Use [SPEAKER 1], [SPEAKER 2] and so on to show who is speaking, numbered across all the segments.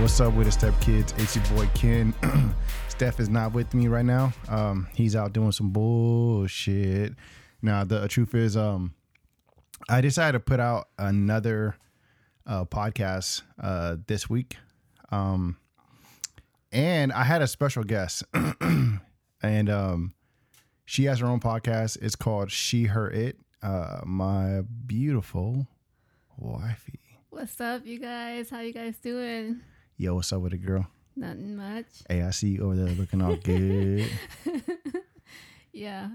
[SPEAKER 1] What's up with the Step Kids? It's your boy Ken. Steph is not with me right now. Um, he's out doing some bullshit. Now the truth is, um, I decided to put out another uh, podcast uh, this week, um, and I had a special guest, and um, she has her own podcast. It's called She Her It. Uh, my beautiful wifey.
[SPEAKER 2] What's up, you guys? How you guys doing?
[SPEAKER 1] Yo, what's up with it, girl?
[SPEAKER 2] Nothing much.
[SPEAKER 1] Hey, I see you over there looking all good.
[SPEAKER 2] Yeah,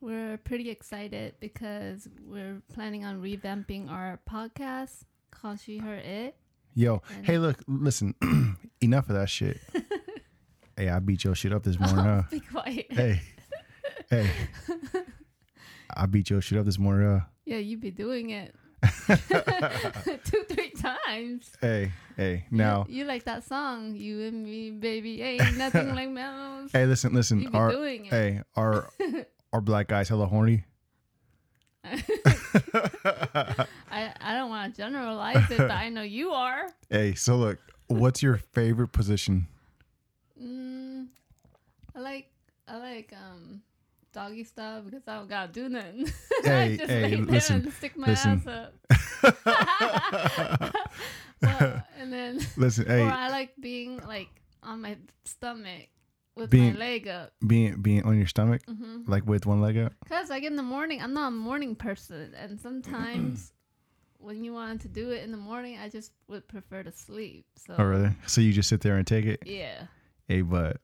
[SPEAKER 2] we're pretty excited because we're planning on revamping our podcast called She Her It.
[SPEAKER 1] Yo, hey, look, listen, enough of that shit. hey, I beat your shit up this morning, huh?
[SPEAKER 2] Be quiet.
[SPEAKER 1] Hey, hey, I beat your shit up this morning, huh?
[SPEAKER 2] Yeah, you be doing it two, three times.
[SPEAKER 1] Hey, hey, now,
[SPEAKER 2] You like that song, You and Me, Baby, Ain't Nothing Like Mellows.
[SPEAKER 1] hey, listen,
[SPEAKER 2] You
[SPEAKER 1] listen,
[SPEAKER 2] be
[SPEAKER 1] our,
[SPEAKER 2] doing it.
[SPEAKER 1] hey, our, our black guys hella horny.
[SPEAKER 2] I, I don't want to generalize it, but I know you are.
[SPEAKER 1] Hey, so look, what's your favorite position?
[SPEAKER 2] Mm, I like I like um doggy style because I don't gotta do nothing.
[SPEAKER 1] Hey,
[SPEAKER 2] I just
[SPEAKER 1] hey,
[SPEAKER 2] lay there
[SPEAKER 1] listen,
[SPEAKER 2] and stick my
[SPEAKER 1] listen.
[SPEAKER 2] ass up. well, and then
[SPEAKER 1] Listen,
[SPEAKER 2] or
[SPEAKER 1] hey,
[SPEAKER 2] I like being like on my stomach with
[SPEAKER 1] Being-
[SPEAKER 2] my leg up.
[SPEAKER 1] being being on your stomach,
[SPEAKER 2] hmm
[SPEAKER 1] like with one leg up.
[SPEAKER 2] Cause like in the morning, I'm not a morning person, and sometimes when you want to do it in the morning, I just would prefer to sleep. So
[SPEAKER 1] Oh, really? So you just sit there and take it?
[SPEAKER 2] yeah,
[SPEAKER 1] a butt.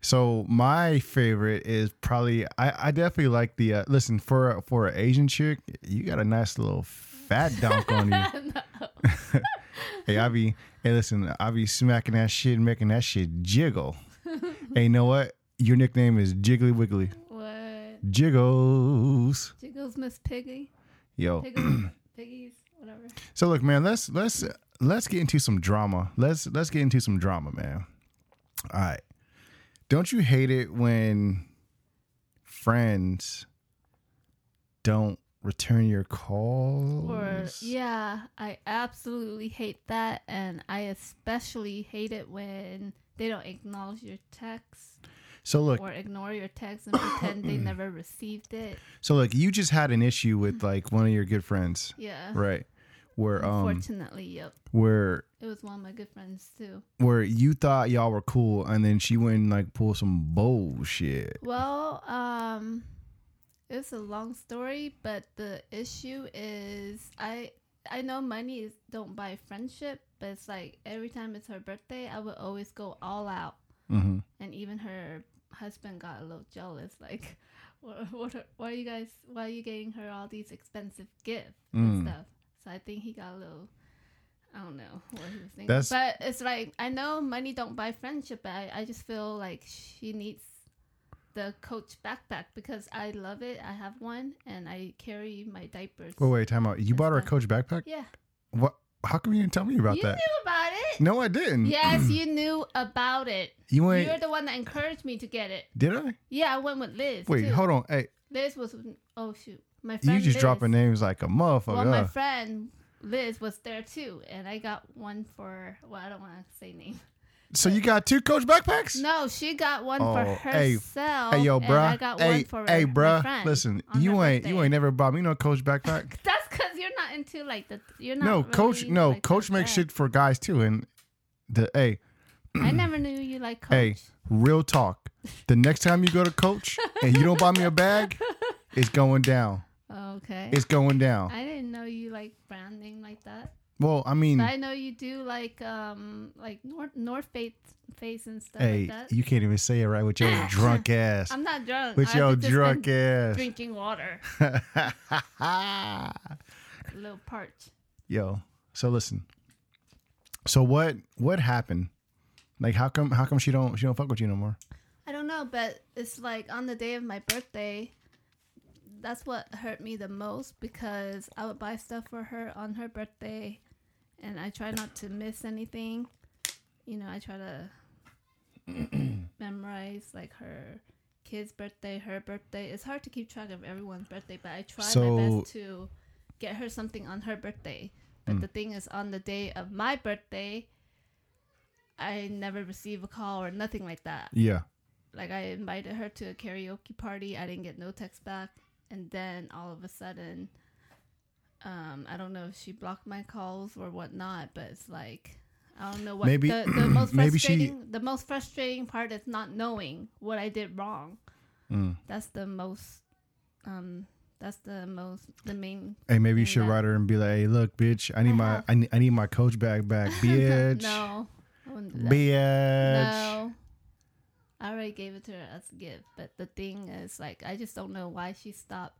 [SPEAKER 1] So my favorite is probably I, I definitely like the uh, listen for a- for an Asian chick you got a nice little fat donk on you.
[SPEAKER 2] No.
[SPEAKER 1] Hey, I be hey listen I be smacking that shit making that shit jiggle. hey, you know what? Your nickname is Jiggly Wiggly
[SPEAKER 2] what
[SPEAKER 1] Jiggles.
[SPEAKER 2] jiggles, Miss Piggy?
[SPEAKER 1] Yo,
[SPEAKER 2] Piggles, piggies, whatever.
[SPEAKER 1] so look, man, let's let's let's get into some drama. Let's let's get into some drama, man. All right. Don't you hate it when friends don't return your calls?
[SPEAKER 2] Or yeah, I absolutely hate that, and I especially hate it when they don't acknowledge your text
[SPEAKER 1] So look,
[SPEAKER 2] or ignore your text and pretend they never received it.
[SPEAKER 1] so look, you just had an issue with like one of your good friends,
[SPEAKER 2] Mm-hmm. Yeah.
[SPEAKER 1] right? Where um
[SPEAKER 2] Unfortunately, yep.
[SPEAKER 1] where
[SPEAKER 2] It was one of my good friends too.
[SPEAKER 1] where you thought y'all were cool and then she went and like pulled some bullshit.
[SPEAKER 2] Well, um, it's a long story, but the issue is I I know money is, don't buy friendship, but it's like every time it's her birthday, I would always go all out.
[SPEAKER 1] hmm
[SPEAKER 2] and even her husband got a little jealous like what, what are, why are you guys why are you getting her all these expensive gifts
[SPEAKER 1] Mm.
[SPEAKER 2] and stuff so i think he got a little i don't know what he was thinking
[SPEAKER 1] That's-
[SPEAKER 2] but it's like i know money don't buy friendship but I, I just feel like she needs the coach backpack because i love it i have one and i carry my diapers
[SPEAKER 1] Wait, wait, time out. You bought her a
[SPEAKER 2] fine.
[SPEAKER 1] coach backpack?
[SPEAKER 2] yeah
[SPEAKER 1] What? How come you didn't tell me about
[SPEAKER 2] you
[SPEAKER 1] that?
[SPEAKER 2] knew about it
[SPEAKER 1] No, I didn't.
[SPEAKER 2] yes you knew about it
[SPEAKER 1] You ain't.
[SPEAKER 2] you're the one that encouraged me to get it
[SPEAKER 1] Did I?
[SPEAKER 2] yeah i went with liz
[SPEAKER 1] Wait,
[SPEAKER 2] too.
[SPEAKER 1] hold on. Hey,
[SPEAKER 2] Liz was oh shoot, my friend.
[SPEAKER 1] you just
[SPEAKER 2] Liz.
[SPEAKER 1] dropping names like a motherfucker.
[SPEAKER 2] Well, my
[SPEAKER 1] huh?
[SPEAKER 2] friend Liz was there too, and I got one for well, I don't want to say name.
[SPEAKER 1] so you got two coach backpacks?
[SPEAKER 2] No, she got one for
[SPEAKER 1] Oh, hey,
[SPEAKER 2] herself.
[SPEAKER 1] Hey, yo,
[SPEAKER 2] and
[SPEAKER 1] bruh.
[SPEAKER 2] I got
[SPEAKER 1] hey,
[SPEAKER 2] one for
[SPEAKER 1] hey,
[SPEAKER 2] my
[SPEAKER 1] bruh.
[SPEAKER 2] friend
[SPEAKER 1] Listen,
[SPEAKER 2] on
[SPEAKER 1] you
[SPEAKER 2] her
[SPEAKER 1] ain't you
[SPEAKER 2] birthday.
[SPEAKER 1] ain't never bought me no coach backpack.
[SPEAKER 2] That's because you're not into like the you're not.
[SPEAKER 1] no, coach.
[SPEAKER 2] really,
[SPEAKER 1] No,
[SPEAKER 2] like, the
[SPEAKER 1] coach makes
[SPEAKER 2] friend.
[SPEAKER 1] shit for guys too. And the hey,
[SPEAKER 2] I never knew you like coach.
[SPEAKER 1] hey, real talk. The next time you go to coach and you don't buy me a bag, it's going down.
[SPEAKER 2] Oh, Okay.
[SPEAKER 1] It's going down.
[SPEAKER 2] I didn't know you like branding like that.
[SPEAKER 1] Well, I mean,
[SPEAKER 2] But I know you do like um like North North Face face and stuff
[SPEAKER 1] hey,
[SPEAKER 2] like that.
[SPEAKER 1] you can't even say it right with your drunk ass.
[SPEAKER 2] I'm not drunk.
[SPEAKER 1] with
[SPEAKER 2] I've
[SPEAKER 1] your
[SPEAKER 2] just been
[SPEAKER 1] drunk ass.
[SPEAKER 2] drinking water. A little parched.
[SPEAKER 1] Yo, so listen. So what what happened? Like how come how come she don't she don't fuck with you no more?
[SPEAKER 2] I don't know, but it's like on the day of my birthday. That's what hurt me the most because I would buy stuff for her on her birthday, and I try not to miss anything. You know, I try to memorize like her kid's birthday, her birthday. It's hard to keep track of everyone's birthday, but I try my
[SPEAKER 1] So-
[SPEAKER 2] best to get her something on her birthday. But the thing is, on the day of my birthday, I never receive a call or nothing like that.
[SPEAKER 1] Yeah.
[SPEAKER 2] Like I invited her to a karaoke party, I didn't get no text back, and then all of a sudden, um, I don't know if she blocked my calls or whatnot, but it's like I don't know what
[SPEAKER 1] Maybe-
[SPEAKER 2] the, the most
[SPEAKER 1] maybe she-
[SPEAKER 2] frustrating the most frustrating part is not knowing what I did wrong.
[SPEAKER 1] Mm.
[SPEAKER 2] That's the most um that's the most the main
[SPEAKER 1] Hey, maybe you
[SPEAKER 2] And
[SPEAKER 1] should
[SPEAKER 2] that-
[SPEAKER 1] write her and be like, "Hey, look, bitch, I need my I need, I need my coach bag back, bitch,
[SPEAKER 2] Uh-huh. no. I wouldn't do that.
[SPEAKER 1] bitch."
[SPEAKER 2] No. I already gave it to her as a gift, but the thing is, like, I just don't know why she stopped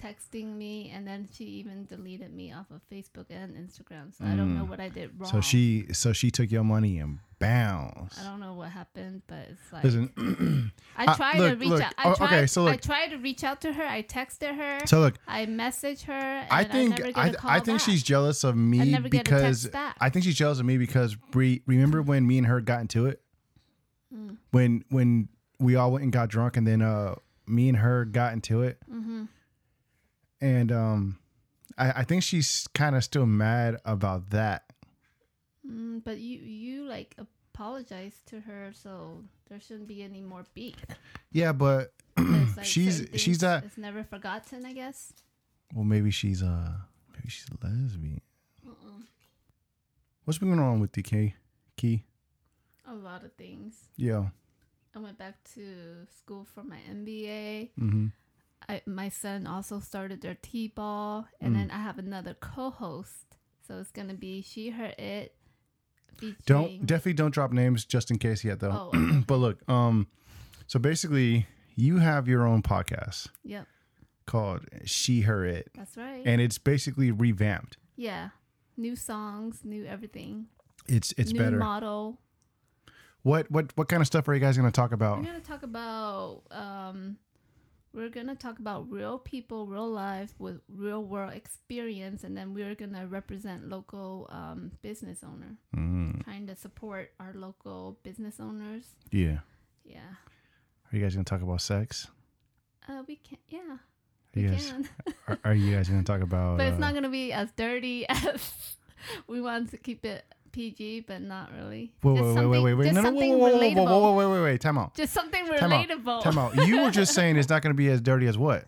[SPEAKER 2] texting me, and then she even deleted me off of Facebook and Instagram. So I don't know what I did wrong.
[SPEAKER 1] Mm. So she so she took your money and bounced.
[SPEAKER 2] I don't know what happened, but it's like
[SPEAKER 1] Listen,
[SPEAKER 2] I
[SPEAKER 1] I-
[SPEAKER 2] tried to
[SPEAKER 1] look,
[SPEAKER 2] reach
[SPEAKER 1] look,
[SPEAKER 2] out.
[SPEAKER 1] o-
[SPEAKER 2] I
[SPEAKER 1] okay,
[SPEAKER 2] tried,
[SPEAKER 1] so
[SPEAKER 2] I
[SPEAKER 1] look-
[SPEAKER 2] tried to reach out to her. I texted her.
[SPEAKER 1] so look,
[SPEAKER 2] I messaged her. And
[SPEAKER 1] I think
[SPEAKER 2] never get
[SPEAKER 1] I,
[SPEAKER 2] a call
[SPEAKER 1] I think
[SPEAKER 2] back.
[SPEAKER 1] she's jealous of
[SPEAKER 2] I
[SPEAKER 1] me
[SPEAKER 2] never get a
[SPEAKER 1] because
[SPEAKER 2] text back.
[SPEAKER 1] I think she's jealous of me because Bree. Remember when me and her got into it?
[SPEAKER 2] Mm.
[SPEAKER 1] When when we all went and got drunk, and then uh, me and her got into it,
[SPEAKER 2] Mm-hmm.
[SPEAKER 1] and um, I, I think she's kind of still mad about that.
[SPEAKER 2] Mm, but you you like apologized to her, so there shouldn't be any more beef.
[SPEAKER 1] Yeah, but
[SPEAKER 2] It's like
[SPEAKER 1] She's-
[SPEAKER 2] certain
[SPEAKER 1] she's
[SPEAKER 2] things
[SPEAKER 1] that-
[SPEAKER 2] It's never forgotten, I guess.
[SPEAKER 1] well, maybe she's uh, maybe she's a lesbian. What's been going on with you, Key? Key?
[SPEAKER 2] A lot of things.
[SPEAKER 1] Yeah.
[SPEAKER 2] I went back to school for my MBA.
[SPEAKER 1] hmm
[SPEAKER 2] I, my son also started their T-ball, and
[SPEAKER 1] Mm.
[SPEAKER 2] then I have another co-host. So it's gonna be she, her, it.
[SPEAKER 1] Don't
[SPEAKER 2] featuring-
[SPEAKER 1] definitely don't drop names just in case yet though.
[SPEAKER 2] Oh, okay.
[SPEAKER 1] but look, um, so basically, you have your own podcast
[SPEAKER 2] Yep,
[SPEAKER 1] called She Her It,
[SPEAKER 2] that's right.
[SPEAKER 1] and it's basically revamped.
[SPEAKER 2] yeah, new songs, new everything,
[SPEAKER 1] It's it's
[SPEAKER 2] new
[SPEAKER 1] better.
[SPEAKER 2] model.
[SPEAKER 1] what what what kind of stuff are you guys gonna talk about?
[SPEAKER 2] We're gonna talk about um, we're gonna talk about real people, real life with real world experience, and then we're gonna represent local um, business owner,
[SPEAKER 1] Mm,
[SPEAKER 2] trying to support our local business owners.
[SPEAKER 1] yeah.
[SPEAKER 2] Yeah,
[SPEAKER 1] Are you guys gonna talk about sex?
[SPEAKER 2] uh, we can. Yeah,
[SPEAKER 1] Are
[SPEAKER 2] we
[SPEAKER 1] you guys,
[SPEAKER 2] can.
[SPEAKER 1] are, are you guys gonna talk about?
[SPEAKER 2] but it's
[SPEAKER 1] uh,
[SPEAKER 2] not gonna be as dirty as we want to keep it PG, but not really.
[SPEAKER 1] wait,
[SPEAKER 2] Just
[SPEAKER 1] wait, wait,
[SPEAKER 2] something-
[SPEAKER 1] wait, wait, wait.
[SPEAKER 2] Just
[SPEAKER 1] No, no,
[SPEAKER 2] something
[SPEAKER 1] whoa, whoa, whoa, whoa,
[SPEAKER 2] relatable.
[SPEAKER 1] whoa, whoa, wait, wait, wait. Time out.
[SPEAKER 2] Just something
[SPEAKER 1] Time out.
[SPEAKER 2] relatable.
[SPEAKER 1] Time out. You were just saying it's not gonna be as dirty as what?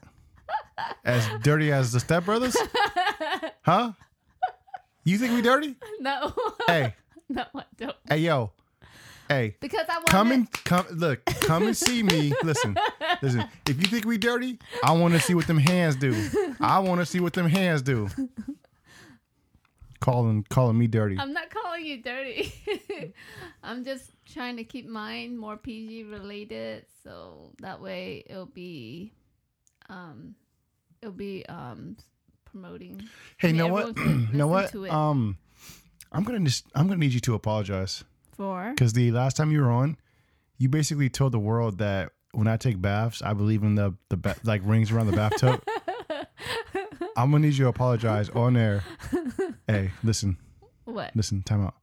[SPEAKER 1] As dirty as the Step Brothers? Huh? You think we dirty?
[SPEAKER 2] no,
[SPEAKER 1] Hey,
[SPEAKER 2] no, I don't.
[SPEAKER 1] hey, yo, hey,
[SPEAKER 2] Because I want
[SPEAKER 1] come and come. Look, come and see me. Listen, listen. If you think we dirty, I want to see what them hands do. I want to see what them hands do. Calling, calling me dirty.
[SPEAKER 2] I'm not calling you dirty. I'm just trying to keep mine more PG related, so that way it'll be, um, it'll be um promoting.
[SPEAKER 1] hey, know what?
[SPEAKER 2] everyone can
[SPEAKER 1] know what?
[SPEAKER 2] listen to it.
[SPEAKER 1] Um, I'm gonna just, I'm gonna need you to apologize
[SPEAKER 2] For
[SPEAKER 1] because the last time you were on, you basically told the world that when I take baths, I believe in the the ba- like rings around the bathtub. I'm gonna need you to apologize on air. Hey, listen.
[SPEAKER 2] what?
[SPEAKER 1] Listen, time out.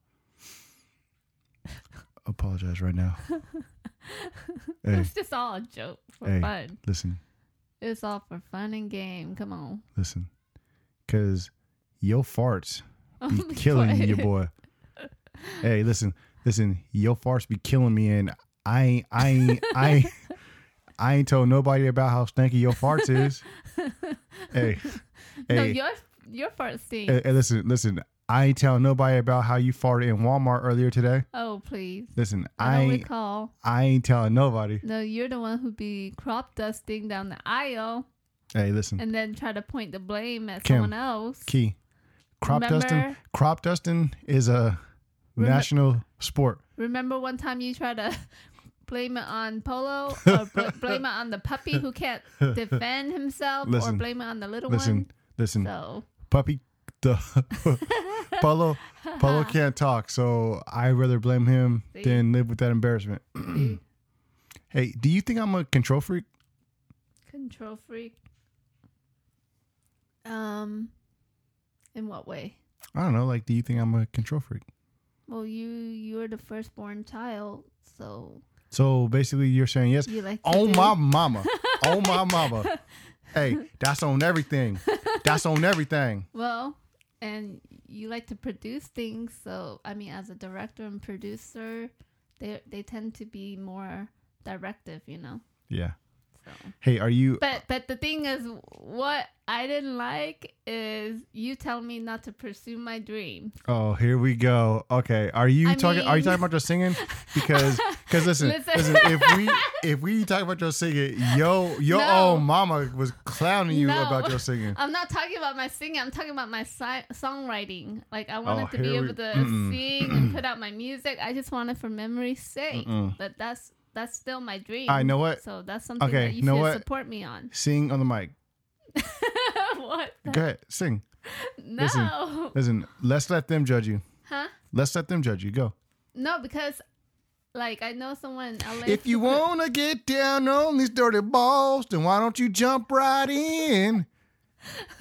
[SPEAKER 1] Apologize right now. hey,
[SPEAKER 2] It's just all a joke for
[SPEAKER 1] Hey.
[SPEAKER 2] fun.
[SPEAKER 1] listen,
[SPEAKER 2] It's all for fun and game. Come on.
[SPEAKER 1] listen. Cause your farts be killing you, boy. Hey, listen, listen, your farts be killing me and I ain't I ain't I ain't, I ain't told nobody about how stinky your farts is. hey. Hey,
[SPEAKER 2] No, your your fart stink.
[SPEAKER 1] hey, hey, listen, listen. I ain't telling nobody about how you farted in Walmart earlier today.
[SPEAKER 2] oh please.
[SPEAKER 1] Listen,
[SPEAKER 2] I
[SPEAKER 1] I
[SPEAKER 2] don't
[SPEAKER 1] ain't,
[SPEAKER 2] recall.
[SPEAKER 1] I ain't telling nobody.
[SPEAKER 2] No, you're the one who be crop dusting down the aisle
[SPEAKER 1] Hey, listen.
[SPEAKER 2] and then try to point the blame at
[SPEAKER 1] Kim,
[SPEAKER 2] someone else.
[SPEAKER 1] Key. Crop dusting.
[SPEAKER 2] Remember-
[SPEAKER 1] Crop dusting is a
[SPEAKER 2] Remem-
[SPEAKER 1] national sport.
[SPEAKER 2] Remember one time you tried to blame it on Polo or bl- blame it on the puppy who can't defend himself
[SPEAKER 1] Listen.
[SPEAKER 2] or blame it on the little
[SPEAKER 1] Listen, listen,
[SPEAKER 2] one? So,
[SPEAKER 1] puppy. The Polo Polo can't talk, so I rather blame him
[SPEAKER 2] Uh-huh. See?
[SPEAKER 1] than live with that embarrassment. hey, do you think I'm a control freak?
[SPEAKER 2] control freak. Um, in what way?
[SPEAKER 1] I don't know. Like, do you think I'm a control freak?
[SPEAKER 2] Well, you you're the firstborn child, so
[SPEAKER 1] So basically, you're saying yes.
[SPEAKER 2] you like. to
[SPEAKER 1] On
[SPEAKER 2] do-
[SPEAKER 1] Oh my mama, on my mama. Hey, that's on everything. That's on everything.
[SPEAKER 2] Well, and you like to produce things. So I mean, as a director and producer, they they tend to be more directive, you know.
[SPEAKER 1] Yeah.
[SPEAKER 2] So.
[SPEAKER 1] Hey, are you?
[SPEAKER 2] But but the thing is, what I didn't like is you tell me not to pursue my dream.
[SPEAKER 1] Oh, here we go. Okay, are you
[SPEAKER 2] I
[SPEAKER 1] talking? are you
[SPEAKER 2] mean-
[SPEAKER 1] talking about your singing? Because, because listen,
[SPEAKER 2] Listen.
[SPEAKER 1] listen, If we if we talk about your singing, yo, your
[SPEAKER 2] No.
[SPEAKER 1] old mama was clowning you
[SPEAKER 2] No.
[SPEAKER 1] about your singing.
[SPEAKER 2] I'm not talking about my singing. I'm talking about my si- songwriting. Like I wanted
[SPEAKER 1] Oh,
[SPEAKER 2] to be
[SPEAKER 1] here we-
[SPEAKER 2] able to
[SPEAKER 1] mm-mm.
[SPEAKER 2] sing and put out my music. I just wanted for memory's sake.
[SPEAKER 1] Mm-mm.
[SPEAKER 2] But that's that's still my dream.
[SPEAKER 1] I know what.
[SPEAKER 2] So that's something
[SPEAKER 1] Okay,
[SPEAKER 2] that you
[SPEAKER 1] know
[SPEAKER 2] should
[SPEAKER 1] what?
[SPEAKER 2] support me on.
[SPEAKER 1] Sing on the mic.
[SPEAKER 2] what?
[SPEAKER 1] Go ahead, sing.
[SPEAKER 2] No.
[SPEAKER 1] listen. Listen, let's let them judge you.
[SPEAKER 2] Huh?
[SPEAKER 1] Let's let them judge you. Go.
[SPEAKER 2] No, because like I know someone in LA.
[SPEAKER 1] If you
[SPEAKER 2] who-
[SPEAKER 1] wanna get down on these dirty balls, then why don't you jump right in?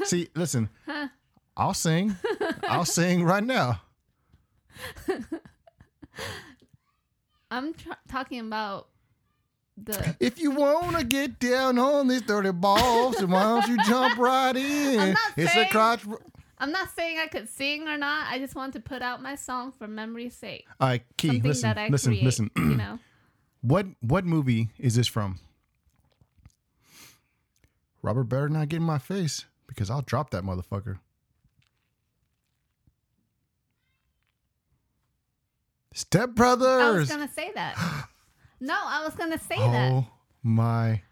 [SPEAKER 1] See, listen,
[SPEAKER 2] Huh.
[SPEAKER 1] I'll sing. I'll sing right now.
[SPEAKER 2] I'm tr- talking about the.
[SPEAKER 1] If you wanna get down on these dirty balls, then why don't you jump right in?
[SPEAKER 2] I'm not
[SPEAKER 1] it's
[SPEAKER 2] saying-
[SPEAKER 1] a crotch.
[SPEAKER 2] I'm not saying I could sing or not. I just want to put out my song for memory's sake.
[SPEAKER 1] All right, Key.
[SPEAKER 2] Something
[SPEAKER 1] listen,
[SPEAKER 2] that I
[SPEAKER 1] listen,
[SPEAKER 2] create.
[SPEAKER 1] listen.
[SPEAKER 2] you know.
[SPEAKER 1] What what movie is this from? Robert better not get in my face because I'll drop that motherfucker. Step
[SPEAKER 2] I was
[SPEAKER 1] Brothers.
[SPEAKER 2] gonna say that. No, I was gonna say that.
[SPEAKER 1] oh my.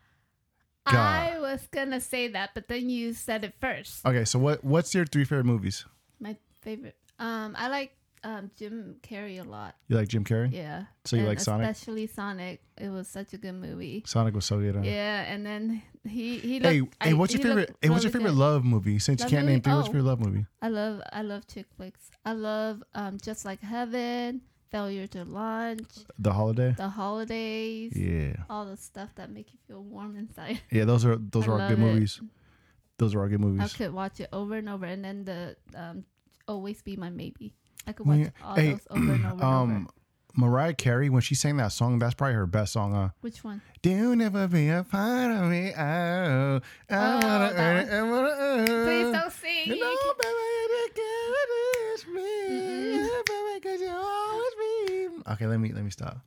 [SPEAKER 1] God.
[SPEAKER 2] I was gonna say that, but then you said it first.
[SPEAKER 1] Okay, so what what's your three favorite movies?
[SPEAKER 2] My favorite. Um, I like um Jim Carrey a lot.
[SPEAKER 1] You like Jim Carrey?
[SPEAKER 2] Yeah.
[SPEAKER 1] So you
[SPEAKER 2] And
[SPEAKER 1] like Sonic?
[SPEAKER 2] Especially Sonic. It was such a good movie.
[SPEAKER 1] Sonic was so good. huh?
[SPEAKER 2] Yeah, and then he he. Looked,
[SPEAKER 1] Hey,
[SPEAKER 2] I-
[SPEAKER 1] hey, what's your
[SPEAKER 2] he
[SPEAKER 1] favorite?
[SPEAKER 2] looked
[SPEAKER 1] Hey, what's your
[SPEAKER 2] really
[SPEAKER 1] favorite
[SPEAKER 2] good.
[SPEAKER 1] love movie? Since you
[SPEAKER 2] Love
[SPEAKER 1] can't
[SPEAKER 2] movie?
[SPEAKER 1] name three, what's
[SPEAKER 2] Oh.
[SPEAKER 1] your favorite love movie?
[SPEAKER 2] I love I love chick flicks. I love um just like heaven, failure to launch,
[SPEAKER 1] The Holiday.
[SPEAKER 2] the holidays,
[SPEAKER 1] Yeah,
[SPEAKER 2] all the stuff that make you feel warm inside.
[SPEAKER 1] yeah. Those are those
[SPEAKER 2] I
[SPEAKER 1] are all good
[SPEAKER 2] love it.
[SPEAKER 1] movies. Those are all good
[SPEAKER 2] I
[SPEAKER 1] movies.
[SPEAKER 2] could watch it over and over, and then the um, always be my maybe. I could
[SPEAKER 1] Well,
[SPEAKER 2] watch
[SPEAKER 1] yeah.
[SPEAKER 2] all
[SPEAKER 1] Hey,
[SPEAKER 2] those over and over and over.
[SPEAKER 1] Um, Mariah Carey when she sang that song, that's probably her best song. Uh,
[SPEAKER 2] Which one?
[SPEAKER 1] Don't never be a part of me. Oh, I
[SPEAKER 2] Oh,
[SPEAKER 1] wanna
[SPEAKER 2] that
[SPEAKER 1] earn it, I wanna earn
[SPEAKER 2] Please
[SPEAKER 1] it.
[SPEAKER 2] don't sing.
[SPEAKER 1] uh, You know, baby, you can reach me,
[SPEAKER 2] Mm-mm.
[SPEAKER 1] Yeah, baby, 'cause you always be- Okay, let me let me stop.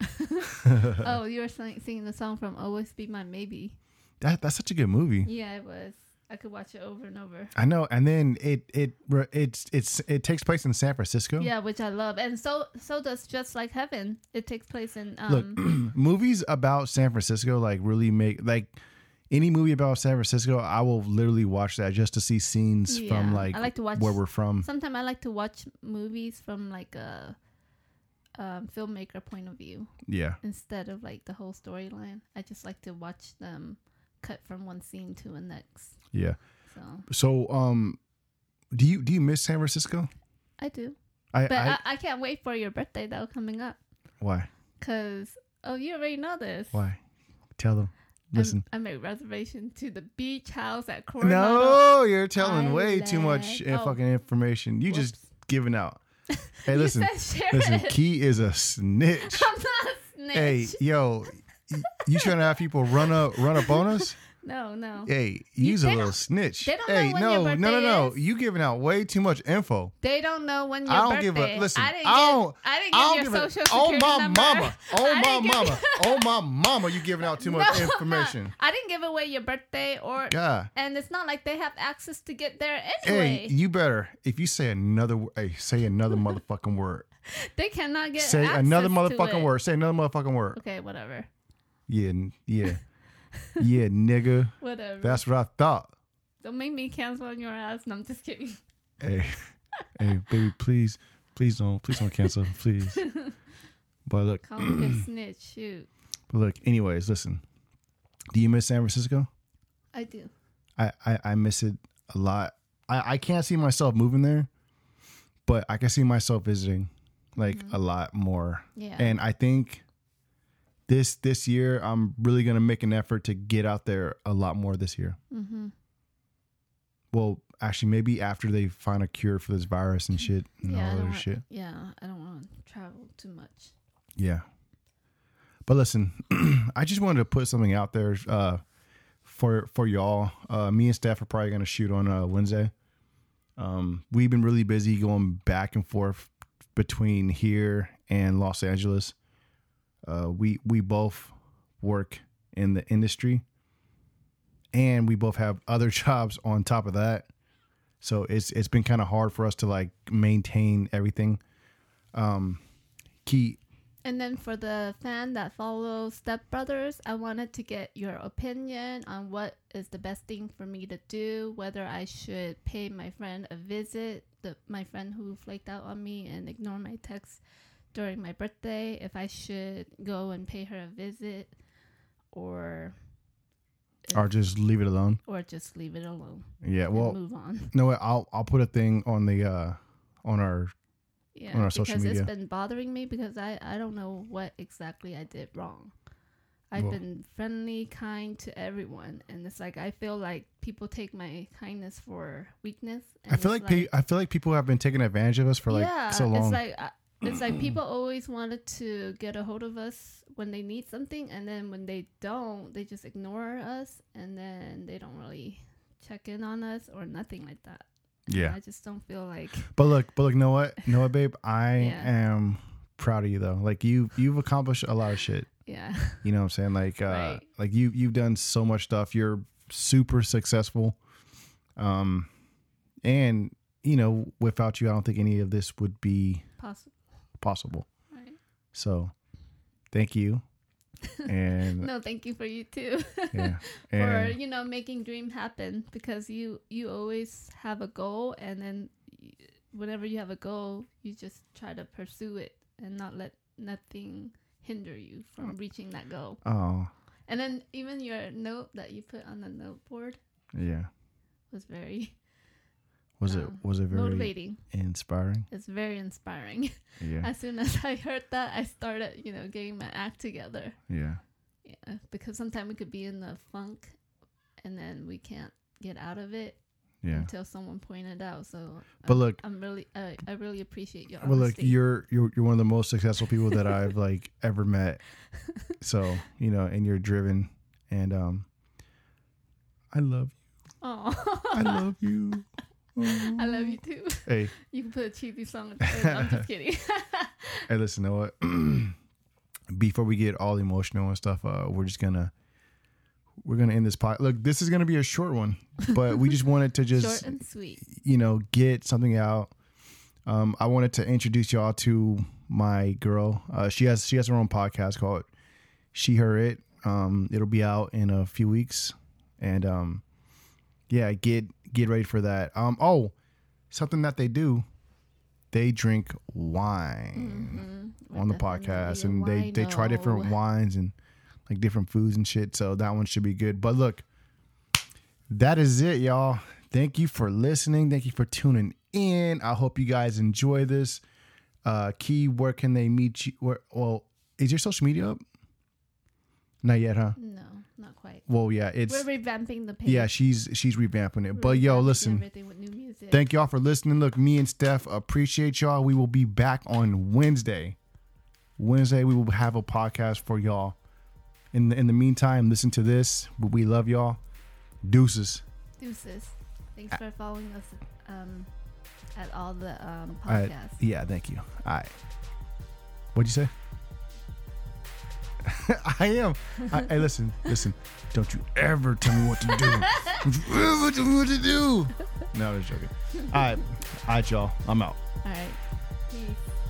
[SPEAKER 2] oh, you were sing- singing the song from "Always Be My Maybe."
[SPEAKER 1] That that's such a good movie.
[SPEAKER 2] Yeah, it was. I could watch it over and over.
[SPEAKER 1] I know, and then it it re- it's it's it takes place in San Francisco.
[SPEAKER 2] Yeah, which I love, and so so does "Just Like Heaven." It takes place in
[SPEAKER 1] Look,
[SPEAKER 2] um,
[SPEAKER 1] movies about San Francisco like really make like any movie about San Francisco, I will literally watch that just to see scenes
[SPEAKER 2] Yeah,
[SPEAKER 1] from like,
[SPEAKER 2] I like to watch-
[SPEAKER 1] where we're from.
[SPEAKER 2] Sometimes I like to watch movies from like a um, filmmaker point of view
[SPEAKER 1] Yeah,
[SPEAKER 2] instead of like the whole storyline. I just like to watch them cut from one scene to the next.
[SPEAKER 1] yeah.
[SPEAKER 2] So
[SPEAKER 1] So, um, do you do you miss San Francisco?
[SPEAKER 2] I do,
[SPEAKER 1] I,
[SPEAKER 2] but
[SPEAKER 1] I,
[SPEAKER 2] I, I can't wait for your birthday though coming up
[SPEAKER 1] why
[SPEAKER 2] because oh you already know this.
[SPEAKER 1] why tell
[SPEAKER 2] Um,
[SPEAKER 1] them.
[SPEAKER 2] I'm-
[SPEAKER 1] Listen,
[SPEAKER 2] I made reservation to the beach house at Coronado.
[SPEAKER 1] no, you're telling
[SPEAKER 2] I
[SPEAKER 1] way too much
[SPEAKER 2] like-
[SPEAKER 1] uh,
[SPEAKER 2] oh.
[SPEAKER 1] fucking information. You just
[SPEAKER 2] Whoops.
[SPEAKER 1] giving out. Hey,
[SPEAKER 2] You
[SPEAKER 1] listen,
[SPEAKER 2] said share
[SPEAKER 1] listen.
[SPEAKER 2] it.
[SPEAKER 1] Key is a snitch.
[SPEAKER 2] I'm not a snitch.
[SPEAKER 1] hey, yo, y- you trying to have people run up run up on us?
[SPEAKER 2] No, no.
[SPEAKER 1] Hey,
[SPEAKER 2] You-
[SPEAKER 1] use a
[SPEAKER 2] they
[SPEAKER 1] little
[SPEAKER 2] don't-
[SPEAKER 1] snitch.
[SPEAKER 2] they don't know
[SPEAKER 1] hey,
[SPEAKER 2] when
[SPEAKER 1] no,
[SPEAKER 2] your
[SPEAKER 1] no, no,
[SPEAKER 2] birthday
[SPEAKER 1] no.
[SPEAKER 2] is.
[SPEAKER 1] You giving out way too much info.
[SPEAKER 2] They don't know when your
[SPEAKER 1] I don't
[SPEAKER 2] birthday.
[SPEAKER 1] give a listen.
[SPEAKER 2] I didn't
[SPEAKER 1] don't.
[SPEAKER 2] give, I didn't give
[SPEAKER 1] I don't
[SPEAKER 2] your
[SPEAKER 1] give
[SPEAKER 2] social
[SPEAKER 1] a.
[SPEAKER 2] security
[SPEAKER 1] Oh my
[SPEAKER 2] number.
[SPEAKER 1] mama. Oh
[SPEAKER 2] I
[SPEAKER 1] my
[SPEAKER 2] didn't give-
[SPEAKER 1] mama. oh my mama. You giving out too
[SPEAKER 2] No,
[SPEAKER 1] much
[SPEAKER 2] I'm not.
[SPEAKER 1] information.
[SPEAKER 2] I didn't give away your birthday or,
[SPEAKER 1] God.
[SPEAKER 2] and it's not like they have access to get there
[SPEAKER 1] Hey,
[SPEAKER 2] anyway.
[SPEAKER 1] you better if you say another. wo- Hey, say another motherfucking word.
[SPEAKER 2] they cannot get
[SPEAKER 1] Say
[SPEAKER 2] access
[SPEAKER 1] another
[SPEAKER 2] to
[SPEAKER 1] motherfucking
[SPEAKER 2] it.
[SPEAKER 1] word. Say another motherfucking word.
[SPEAKER 2] Okay, whatever,
[SPEAKER 1] Yeah, n- yeah, yeah, nigga.
[SPEAKER 2] whatever.
[SPEAKER 1] That's what I thought.
[SPEAKER 2] don't make me cancel on your ass. No, I'm just kidding.
[SPEAKER 1] hey, hey, baby, please, please don't, please don't cancel, please. But look,
[SPEAKER 2] Call me a snitch. Shoot,
[SPEAKER 1] but look. Anyways, listen. Do you miss San Francisco?
[SPEAKER 2] I do.
[SPEAKER 1] I I, I miss it a lot. I I can't see myself moving there, but I can see myself visiting like a lot more.
[SPEAKER 2] Mm-hmm. Yeah.
[SPEAKER 1] And I think this this year I'm really gonna make an effort to get out there a lot more this year.
[SPEAKER 2] mm-hmm.
[SPEAKER 1] Well, actually, maybe after they find a cure for this virus and shit and
[SPEAKER 2] yeah, I
[SPEAKER 1] all
[SPEAKER 2] don't
[SPEAKER 1] other
[SPEAKER 2] want,
[SPEAKER 1] shit.
[SPEAKER 2] Yeah, I don't want to travel too much.
[SPEAKER 1] Yeah. But listen, I just wanted to put something out there uh, for for y'all. Uh, me and Steph are probably gonna shoot on uh, Wednesday. Um, we've been really busy going back and forth between here and Los Angeles. Uh, we we both work in the industry, and we both have other jobs on top of that. So it's it's been kind of hard for us to like maintain everything. Um, Key,
[SPEAKER 2] And then for the fan that follows Step Brothers, I wanted to get your opinion on what is the best thing for me to do, whether I should pay my friend a visit, the my friend who flaked out on me and ignored my text during my birthday, if I should go and pay her a visit or
[SPEAKER 1] or just leave it alone.
[SPEAKER 2] or just leave it alone
[SPEAKER 1] Yeah.
[SPEAKER 2] and
[SPEAKER 1] Well,
[SPEAKER 2] move on.
[SPEAKER 1] No, what, I'll I'll put a thing on the uh on our
[SPEAKER 2] Yeah,
[SPEAKER 1] on our
[SPEAKER 2] because
[SPEAKER 1] social media.
[SPEAKER 2] it's been bothering me because I I don't know what exactly I did wrong. I've
[SPEAKER 1] Well-
[SPEAKER 2] been friendly, kind to everyone, and it's like I feel like people take my kindness for weakness. And
[SPEAKER 1] I feel
[SPEAKER 2] it's
[SPEAKER 1] like, pe- I feel like people have been taking advantage of us for like
[SPEAKER 2] yeah,
[SPEAKER 1] so long.
[SPEAKER 2] it's like I, it's like people always wanted to get a hold of us when they need something, and then when they don't, they just ignore us, and then they don't really check in on us or nothing like that.
[SPEAKER 1] yeah.
[SPEAKER 2] I just don't feel like
[SPEAKER 1] But look, but look, know what? Know what, babe? I
[SPEAKER 2] Yeah.
[SPEAKER 1] am proud of you though. Like you you've accomplished a lot of shit.
[SPEAKER 2] yeah,
[SPEAKER 1] You know what I'm saying? Like uh
[SPEAKER 2] Right.
[SPEAKER 1] like you you've done so much stuff. You're super successful. Um and you know, without you I don't think any of this would be
[SPEAKER 2] possible.
[SPEAKER 1] possible.
[SPEAKER 2] Right.
[SPEAKER 1] So thank you. And
[SPEAKER 2] No, thank you for you too.
[SPEAKER 1] yeah.
[SPEAKER 2] or
[SPEAKER 1] And
[SPEAKER 2] you know making dream happen because you you always have a goal and then y- whenever you have a goal you just try to pursue it and not let nothing hinder you from
[SPEAKER 1] Mm.
[SPEAKER 2] reaching that goal
[SPEAKER 1] oh
[SPEAKER 2] and then even your note that you put on the note board
[SPEAKER 1] yeah.
[SPEAKER 2] was very
[SPEAKER 1] Was it
[SPEAKER 2] um,
[SPEAKER 1] was it very
[SPEAKER 2] motivating
[SPEAKER 1] inspiring?
[SPEAKER 2] it's very inspiring
[SPEAKER 1] Yeah,
[SPEAKER 2] as soon as i heard that i started you know getting my act together
[SPEAKER 1] yeah,
[SPEAKER 2] yeah because sometimes we could be in the funk and then we can't get out of it
[SPEAKER 1] yeah.
[SPEAKER 2] until someone pointed out. So,
[SPEAKER 1] But
[SPEAKER 2] I'm-
[SPEAKER 1] look-
[SPEAKER 2] I'm really, I I really appreciate your.
[SPEAKER 1] Well, look,
[SPEAKER 2] honesty.
[SPEAKER 1] you're you're you're one of the most successful people that I've like ever met. So you know, and you're driven, and um, I love
[SPEAKER 2] Aw.
[SPEAKER 1] I love you. Oh.
[SPEAKER 2] I love you too.
[SPEAKER 1] Hey,
[SPEAKER 2] You can put a cheesy song. At the end. I'm just kidding.
[SPEAKER 1] hey, listen, you know what? Before we get all emotional and stuff, uh, we're just gonna we're gonna end this pod. Look, this is gonna be a short one, but we just wanted to just
[SPEAKER 2] Short and sweet.
[SPEAKER 1] you know, get something out. Um, I wanted to introduce y'all to my girl. Uh, she has she has her own podcast called She Her It. Um, it'll be out in a few weeks, and um, yeah, get get ready for that. Um, oh, something that they do, they drink wine
[SPEAKER 2] We're
[SPEAKER 1] on the
[SPEAKER 2] definitely
[SPEAKER 1] podcast,
[SPEAKER 2] a
[SPEAKER 1] and they they try different
[SPEAKER 2] wino.
[SPEAKER 1] wines and like different foods and shit. So that one should be good. But look, that is it, y'all. Thank you for listening. Thank you for tuning in. I hope you guys enjoy this. Uh Key, where can they meet you? Where, well, is your social media up? Not yet, huh?
[SPEAKER 2] No, not quite.
[SPEAKER 1] Well, yeah,
[SPEAKER 2] We're
[SPEAKER 1] it's
[SPEAKER 2] revamping the page.
[SPEAKER 1] yeah. She's she's revamping it.
[SPEAKER 2] We're
[SPEAKER 1] But yo,
[SPEAKER 2] revamping
[SPEAKER 1] listen.
[SPEAKER 2] Everything with new music.
[SPEAKER 1] Thank y'all for listening. Look, me and Steph appreciate y'all. We will be back on Wednesday. Wednesday, we will have a podcast for y'all. In the, in the meantime, listen to this. We love y'all. Deuces.
[SPEAKER 2] Deuces. Thanks for following us. Um, at all the um
[SPEAKER 1] All right.
[SPEAKER 2] podcasts.
[SPEAKER 1] Yeah, thank you. All right. What'd you say? I am. I, hey, listen, listen. Don't you ever tell me what to do. Don't you ever tell me what to do. No, I'm just joking. All right. All right, y'all. I'm out.
[SPEAKER 2] all right. Peace.